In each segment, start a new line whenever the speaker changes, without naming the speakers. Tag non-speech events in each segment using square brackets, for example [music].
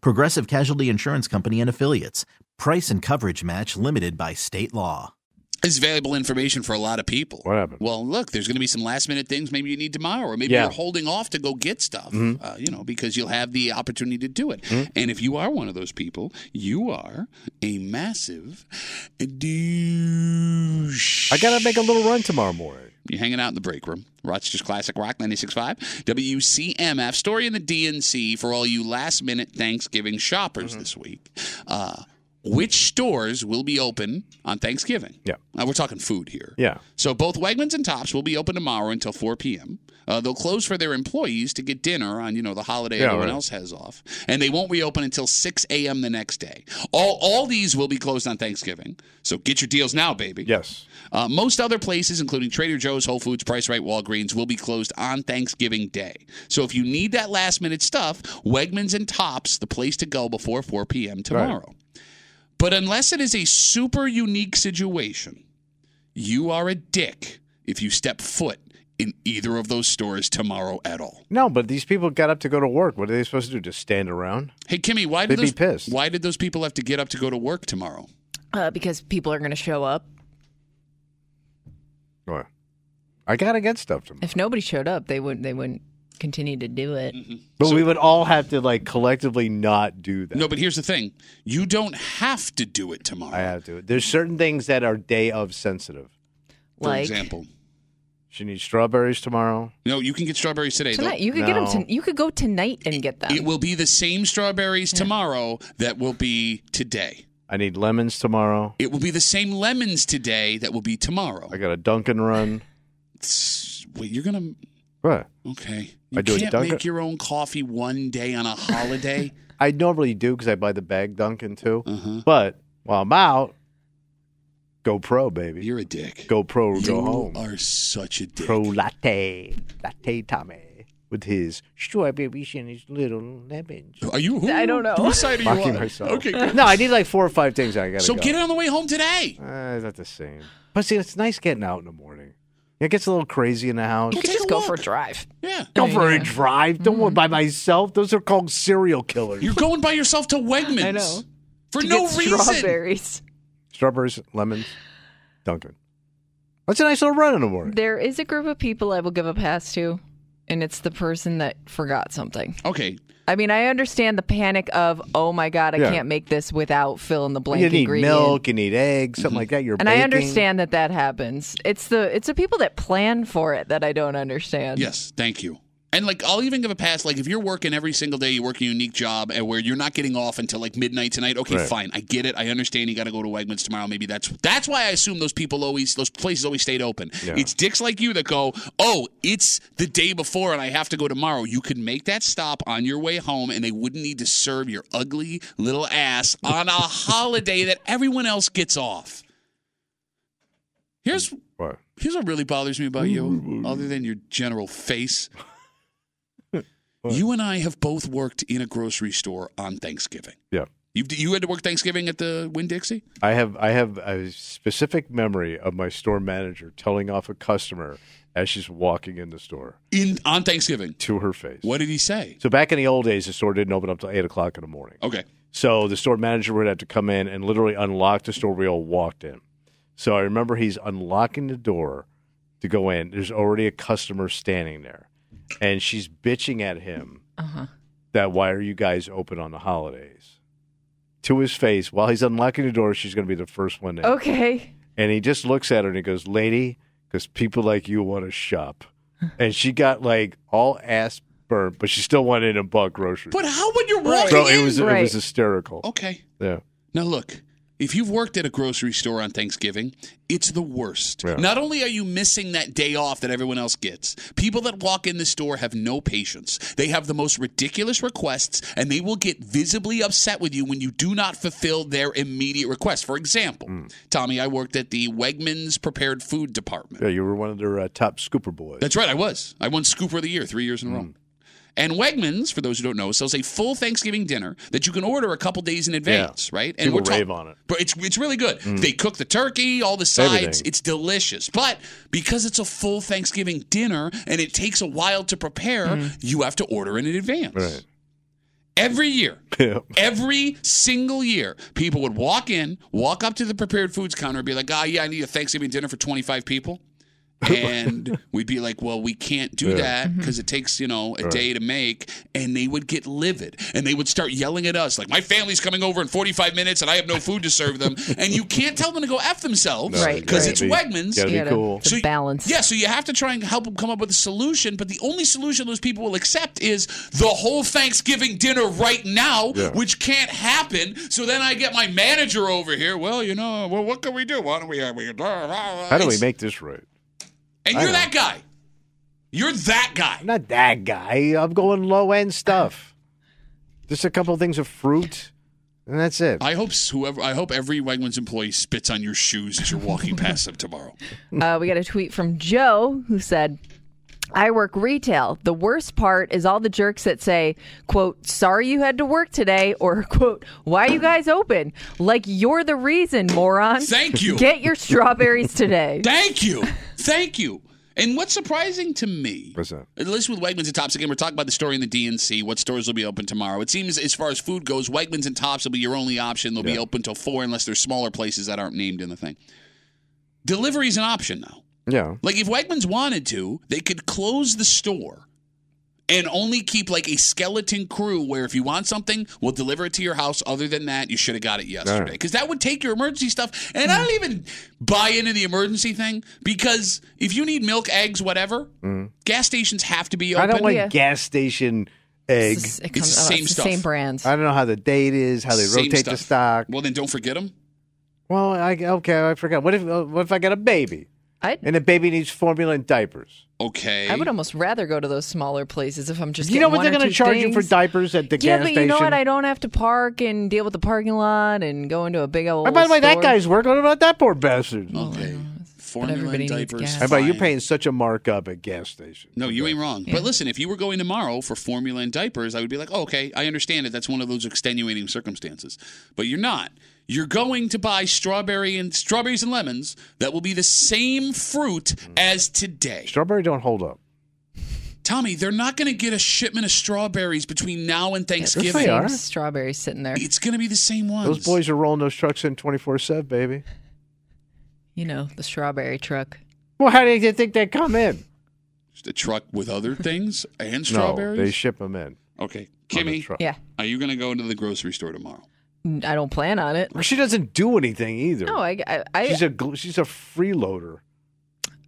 Progressive Casualty Insurance Company and Affiliates. Price and coverage match limited by state law.
This is valuable information for a lot of people.
What happened?
Well, look, there's going to be some last minute things maybe you need tomorrow, or maybe
Yeah. Mm-hmm.
you're holding off to go get stuff, uh, you know, because you'll have the opportunity to do it. And if you are one of those people, you are a massive douche.
I gotta make a little run tomorrow morning.
You're hanging out in the break room. Rochester's Classic Rock 96.5, WCMF. Story in the DNC for all you last minute Thanksgiving shoppers
Mm-hmm.
this week. Uh, which stores will be open on Thanksgiving?
Yeah.
Uh, we're talking food here.
Yeah.
So both Wegmans and Tops will be open tomorrow until 4 p.m. Uh, they'll close for their employees to get dinner on you know the holiday
Yeah,
everyone
right.
else has off, and they won't reopen until 6 a.m. the next day. All all these will be closed on Thanksgiving. So get your deals now, baby.
Yes.
Uh, most other places, including Trader Joe's, Whole Foods, Price Right, Walgreens, will be closed on Thanksgiving Day. So if you need that last minute stuff, Wegmans and Tops, the place to go before 4 p.m. tomorrow. But unless it is a super unique situation, you are a dick if you step foot in either of those stores tomorrow at all.
No, but these people got up to go to work. What are they supposed to do? Just stand around?
Hey Kimmy, why did
They'd be
those,
pissed.
why did those people have to get up to go to work tomorrow?
uh, because people are going to show up.
Or, I gotta get stuff tomorrow.
If nobody showed up, they would they wouldn't continue to do it.
Mm-hmm.
But we would all have to like collectively not do that.
No, but here's the thing: you don't have to do it tomorrow.
I have to. There's certain things that are day of sensitive.
for
like
example,
She needs strawberries tomorrow.
no, you can get strawberries today. They'll-
tonight, you could get 'em
No.
get them. To, you could go tonight and get them.
It will be the same strawberries tomorrow that will be today.
I need lemons tomorrow.
It will be the same lemons today that will be tomorrow.
I got a Dunkin' run.
It's- Wait, you're gonna
[laughs] What?
okay? You
I do a
can't
Dunkin'-
make your own coffee one day on a
[laughs]
holiday.
I normally do because I buy the bag Dunkin' too.
uh-huh.
But while I'm out, go pro, baby.
You're a dick.
go pro or
you
go home.
are such a dick.
Pro latte, latte Tommy, with his strawberries and his little lemons.
are you? Who,
I don't know.
Whose side are you
Mocking
on?
myself.
Okay. good.
No, I need like four or five things I gotta.
So
go.
get it on the way home today.
Uh, it's not the same. But see, it's nice getting out in the morning. It gets a little crazy in the house.
you could
take
just
a
go
walk.
for a drive.
Yeah.
Go for a drive. Don't worry by myself. Those are called serial killers.
Mm-hmm. You're going by yourself to Wegmans.
[laughs] I know.
For
To
no
get
reason.
Strawberries.
Strawberries, lemons, Dunkin'. That's a nice little run in the morning.
There is a group of people I will give a pass to, and it's the person that forgot something.
Okay.
I mean, I understand the panic of oh my god, I
Yeah.
can't make this without fill in the blank
You need
ingredient.
milk. You need eggs.
Mm-hmm.
Something like that. You're
and I
baking.
understand that that happens. It's the it's the people that plan for it that I don't understand.
Yes, thank you. And like, I'll even give a pass. Like, if you're working every single day, you work a unique job, and where you're not getting off until like midnight tonight. Okay,
Right.
fine, I get it. I understand. You got to go to Wegmans tomorrow. Maybe that's that's why I assume those people always those places always stayed open.
Yeah.
It's dicks like you that go, oh, it's the day before, and I have to go tomorrow. You could make that stop on your way home, and they wouldn't need to serve your ugly little ass on a
[laughs]
holiday that everyone else gets off. Here's
What?
Here's what really bothers me about you, other than your general
[laughs]
face. you and I have both worked in a grocery store on Thanksgiving.
Yeah.
You you had to work Thanksgiving at the Winn Dixie.
I have I have a specific memory of my store manager telling off a customer as she's walking in the store
In on Thanksgiving,
to her face.
what did he say?
So back in the old days, the store didn't open up till eight o'clock in the morning.
Okay,
So the store manager would have to come in and literally unlock the store. We all walked in. So I remember he's unlocking the door to go in. There's already a customer standing there, and she's bitching at him
Uh-huh.
that why are you guys open on the holidays? to his face while he's unlocking the door. She's going to be the first one in.
Okay.
And he just looks at her and he goes, "Lady, because people like you want to
[laughs]
shop." And she got like all ass burnt, but she still went in and bought groceries.
But how would you
Right.
walk
so
in? Oh.
it was it
Right.
was hysterical.
okay.
Yeah.
Now look, if you've worked at a grocery store on Thanksgiving, it's the worst.
Yeah.
Not only are you missing that day off that everyone else gets, people that walk in the store have no patience. They have the most ridiculous requests and they will get visibly upset with you when you do not fulfill their immediate request. For example,
Hmm.
Tommy, I worked at the Wegmans prepared food department.
Yeah, you were one of their uh, top scooper boys.
That's right, I was. I won Scooper of the Year three years in a
Hmm.
row. And Wegmans, for those who don't know, sells a full Thanksgiving dinner that you can order a couple days in advance, right? And
People
talk-
rave on it.
But it's it's really good. They cook the turkey, all the sides.
Mm. Everything.
It's delicious. But because it's a full Thanksgiving dinner and it takes a while to prepare, you have to order in advance.
Mm-hmm. Right.
Every year,
[laughs] Yeah.
every single year, people would walk in, walk up to the prepared foods counter, and be like, "Ah, yeah, I need a Thanksgiving dinner for 25 people."
[laughs]
and we'd be like, "Well, we can't do that because it takes you know a day to make." And they would get livid, and they would start yelling at us like, "My family's coming over in 45 minutes, and I have no food to serve them." and you can't tell them to go f themselves
Right,
because
right.
it's
Gotta be-
Wegmans.
gotta be
Yeah, to-
cool.
to balance.
Yeah, so you have to try and help them come up with a solution, but the only solution those people will accept is the whole Thanksgiving dinner right now,
Yeah.
which can't happen. So then I get my manager over here. Well, you know, well, what can we do? Why don't we? uh, we
How
How
do we make this right?
And
I
you're
know.
that guy. You're that guy.
I'm not that guy. I'm going low end stuff. Just a couple things of fruit, and that's it.
I hope s- whoever I hope every Wegmans employee spits on your shoes as you're walking past them tomorrow.
Uh, we got a tweet from Joe who said, I work retail. The worst part is all the jerks that say, quote, sorry you had to work today, or [laughs] quote, why are you guys open? Like you're the reason, moron.
Thank you.
Get your strawberries
[laughs]
today.
Thank you. Thank you. And what's surprising to me,
What's that?
at least with Wegmans and Tops, again, we're talking about the story in the DNC, what stores will be open tomorrow. It seems, as far as food goes, Wegmans and Tops will be your only option. They'll be
Yeah.
open till 4 unless there's smaller places that aren't named in the thing. Delivery is an option now.
yeah.
Like, if Wegmans wanted to, they could close the store and only keep like a skeleton crew where if you want something, we'll deliver it to your house. Other than that, you should have got it yesterday. Because that would take your emergency stuff. And I don't even buy into the emergency thing because if you need milk, eggs, whatever, gas stations have to be
Mm-hmm. I
open.
don't like
Yeah.
gas station egg.
It's, it
It's the
oh,
same
it's the
stuff.
same brands.
I don't know how the date is, how they
Same
rotate the stock.
Well, then don't forget them.
Well, I okay, I forgot. What if uh, what if I got a baby
I,
and the baby needs formula and diapers?
Okay.
I would almost rather go to those smaller places if I'm just.
you know
getting
what
one
they're
going
gonna
to
charge you for diapers at the
Yeah,
gas
but
station?
you know what? I don't have to park and deal with the parking lot and go into a big old.
And by the way, that
store. Oh,
guy's working. What about that poor bastard?
okay. Formula
everybody
and
needs
diapers.
gas.
How about you
fine.
paying such a markup at gas station?
No, you ain't wrong. But listen, if you were going tomorrow for formula and diapers, I would be like, oh, okay, I understand it. That's one of those extenuating circumstances. But you're not. You're going to buy strawberry and strawberries and lemons that will be the same fruit
Mm.
as today.
Strawberry don't hold up.
Tommy, they're not going to get a shipment of strawberries between now and
they
Thanksgiving.
Same
are.
strawberries sitting there.
It's going to be the same ones.
Those boys are rolling those trucks in twenty four seven, baby.
You know, the strawberry truck.
Well, how do you think they come in?
Just a truck with other
[laughs]
things and
No, they
strawberries.
ship them in.
okay,
on a
Kimmy,
truck.
Yeah,
are you going to go into the grocery store tomorrow?
N- I don't plan on it.
Well, She doesn't do anything either.
No, I, I, I,
she's a gl- she's a freeloader.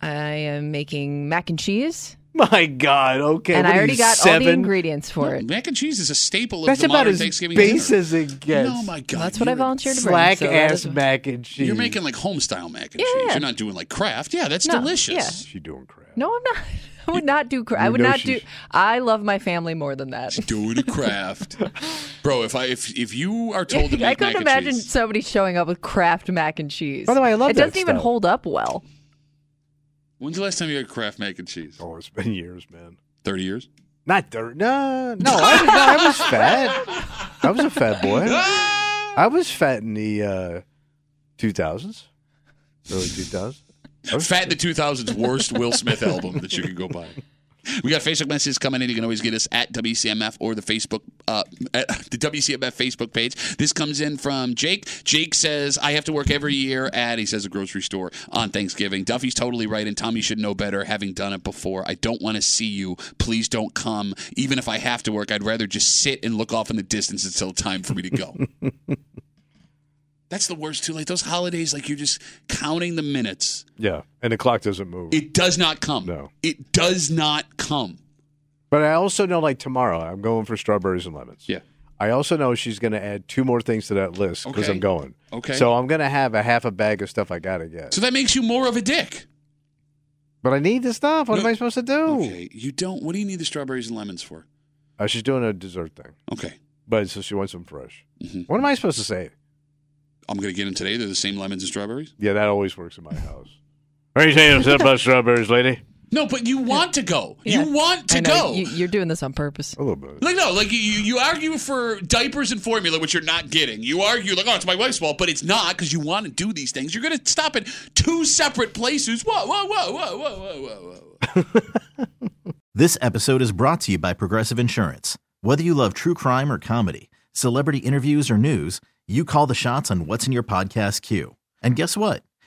I am making mac and cheese,
My God. Okay.
and
what
I
are
already
you,
got
seven?
all the ingredients for
No,
it.
Mac and cheese is a staple of
That's
the
about
modern
as
Thanksgiving
base
dinner.
as it gets.
No, my God.
That's what I
you're-
volunteered to bring.
Slack
so that
ass
is-
mac and cheese.
You're making like home style mac and
Yeah.
cheese. You're not doing like craft. Yeah, that's
No,
delicious.
She doing crap.
No, I'm not. [laughs] I would not do. Cra- I
you
would
know
not do.
she's-
I love my family more than that.
Doing a
[laughs]
craft, bro. If I if if you are told to make
I
mac
couldn't
and
imagine
cheese,
somebody showing up with Kraft mac and cheese.
By the way, I love
it.
that
doesn't even
stuff.
hold up well.
when's the last time you had craft mac and cheese?
Oh, it's been years, man.
Thirty years.
Not dirt. No, no. I, was- no, I was fat. I was a
[laughs]
fat boy. I was fat in the uh, 2000s, early 2000s.
Fat in the 2000s worst Will Smith album that you can go buy. We got Facebook messages coming in. You can always get us at WCMF or the Facebook, uh, at the WCMF Facebook page. This comes in from Jake. Jake says, I have to work every year at, he says, a grocery store on Thanksgiving. Duffy's totally right, and Tommy should know better having done it before. I don't want to see you. Please don't come. [laughs] Even if I have to work, I'd rather just sit and look off in the distance until time for me to go. That's the worst too. Like those holidays, like you're just counting the minutes.
Yeah, and the clock doesn't move.
It does not come.
No.
It does not come.
but I also know, like tomorrow, I'm going for strawberries and lemons.
Yeah.
I also know she's going to add two more things to that list because
Okay.
I'm going.
Okay.
So I'm going to have a half a bag of stuff I got to get.
So that makes you more of a dick.
but I need the stuff. What
No.
am I supposed to do?
Okay. You don't what do you need the strawberries and lemons for?
Uh, she's doing a dessert thing,
Okay.
but so she wants them fresh.
Mhm.
What am I supposed to say?
I'm gonna get them today. They're the same lemons and strawberries.
Yeah, that always works in my house. What are you saying about strawberries, lady?
No, but you want to go.
Yeah.
You want
I
to
know,
go.
You, you're doing this on purpose.
A little bit.
like no, like you, you argue for diapers and formula, which you're not getting. You argue like, oh, it's my wife's fault, but it's not because you want to do these things. You're gonna stop at two separate places. Whoa, whoa, whoa, whoa, whoa, whoa, whoa, whoa.
This episode is brought to you by Progressive Insurance. Whether you love true crime or comedy, celebrity interviews or news, you call the shots on what's in your podcast queue. And guess what?